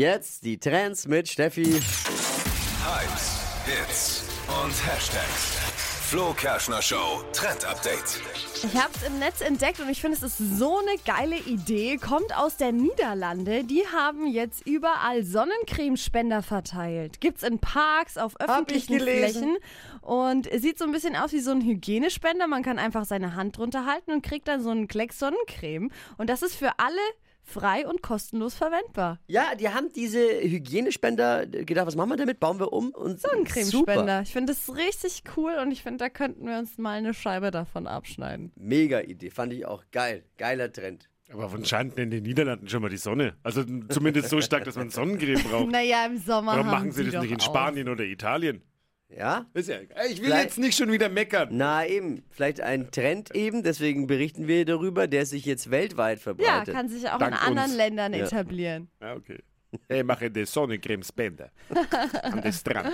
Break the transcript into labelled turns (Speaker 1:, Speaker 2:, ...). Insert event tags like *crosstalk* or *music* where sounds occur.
Speaker 1: Jetzt die Trends mit Steffi.
Speaker 2: Hypes, Hits und Hashtags. Flo Kerschner Show Trend Update.
Speaker 3: Ich habe es im Netz entdeckt und ich finde, es ist so eine geile Idee. Kommt aus der Niederlande. Die haben jetzt überall Sonnencremespender verteilt. Gibt's in Parks, auf öffentlichen
Speaker 4: gelesen.
Speaker 3: Flächen. Und es sieht so ein bisschen aus wie so ein Hygienespender. Man kann einfach seine Hand drunter halten und kriegt dann so einen Klecks Sonnencreme. Und das ist für alle frei und kostenlos verwendbar.
Speaker 1: Ja, die haben diese Hygienespender äh, gedacht, was machen wir damit? Bauen wir um und
Speaker 3: Sonnencremespender. Ich finde das richtig cool und ich finde, da könnten wir uns mal eine Scheibe davon abschneiden.
Speaker 1: Super. Mega Idee, fand ich auch geil. Geiler Trend.
Speaker 5: Aber von scheint in den Niederlanden schon mal die Sonne. Also zumindest so stark, dass man Sonnencreme braucht.
Speaker 3: Naja, im Sommer.
Speaker 5: Warum
Speaker 3: haben
Speaker 5: machen sie das
Speaker 3: doch
Speaker 5: nicht in
Speaker 3: auch.
Speaker 5: Spanien oder Italien?
Speaker 1: Ja?
Speaker 5: Ist ja egal. Ich will
Speaker 1: Vielleicht-
Speaker 5: jetzt nicht schon wieder meckern.
Speaker 1: Na eben, vielleicht ein Trend eben, deswegen berichten wir darüber, der sich jetzt weltweit
Speaker 3: Ja,
Speaker 1: verbreitet.
Speaker 3: kann sich auch
Speaker 5: Dank
Speaker 3: in anderen
Speaker 5: uns.
Speaker 3: Ländern
Speaker 1: Ja.
Speaker 3: etablieren. *laughs*
Speaker 5: Ah, okay. Ich mache die Sonnencreme Spender. An den Strand.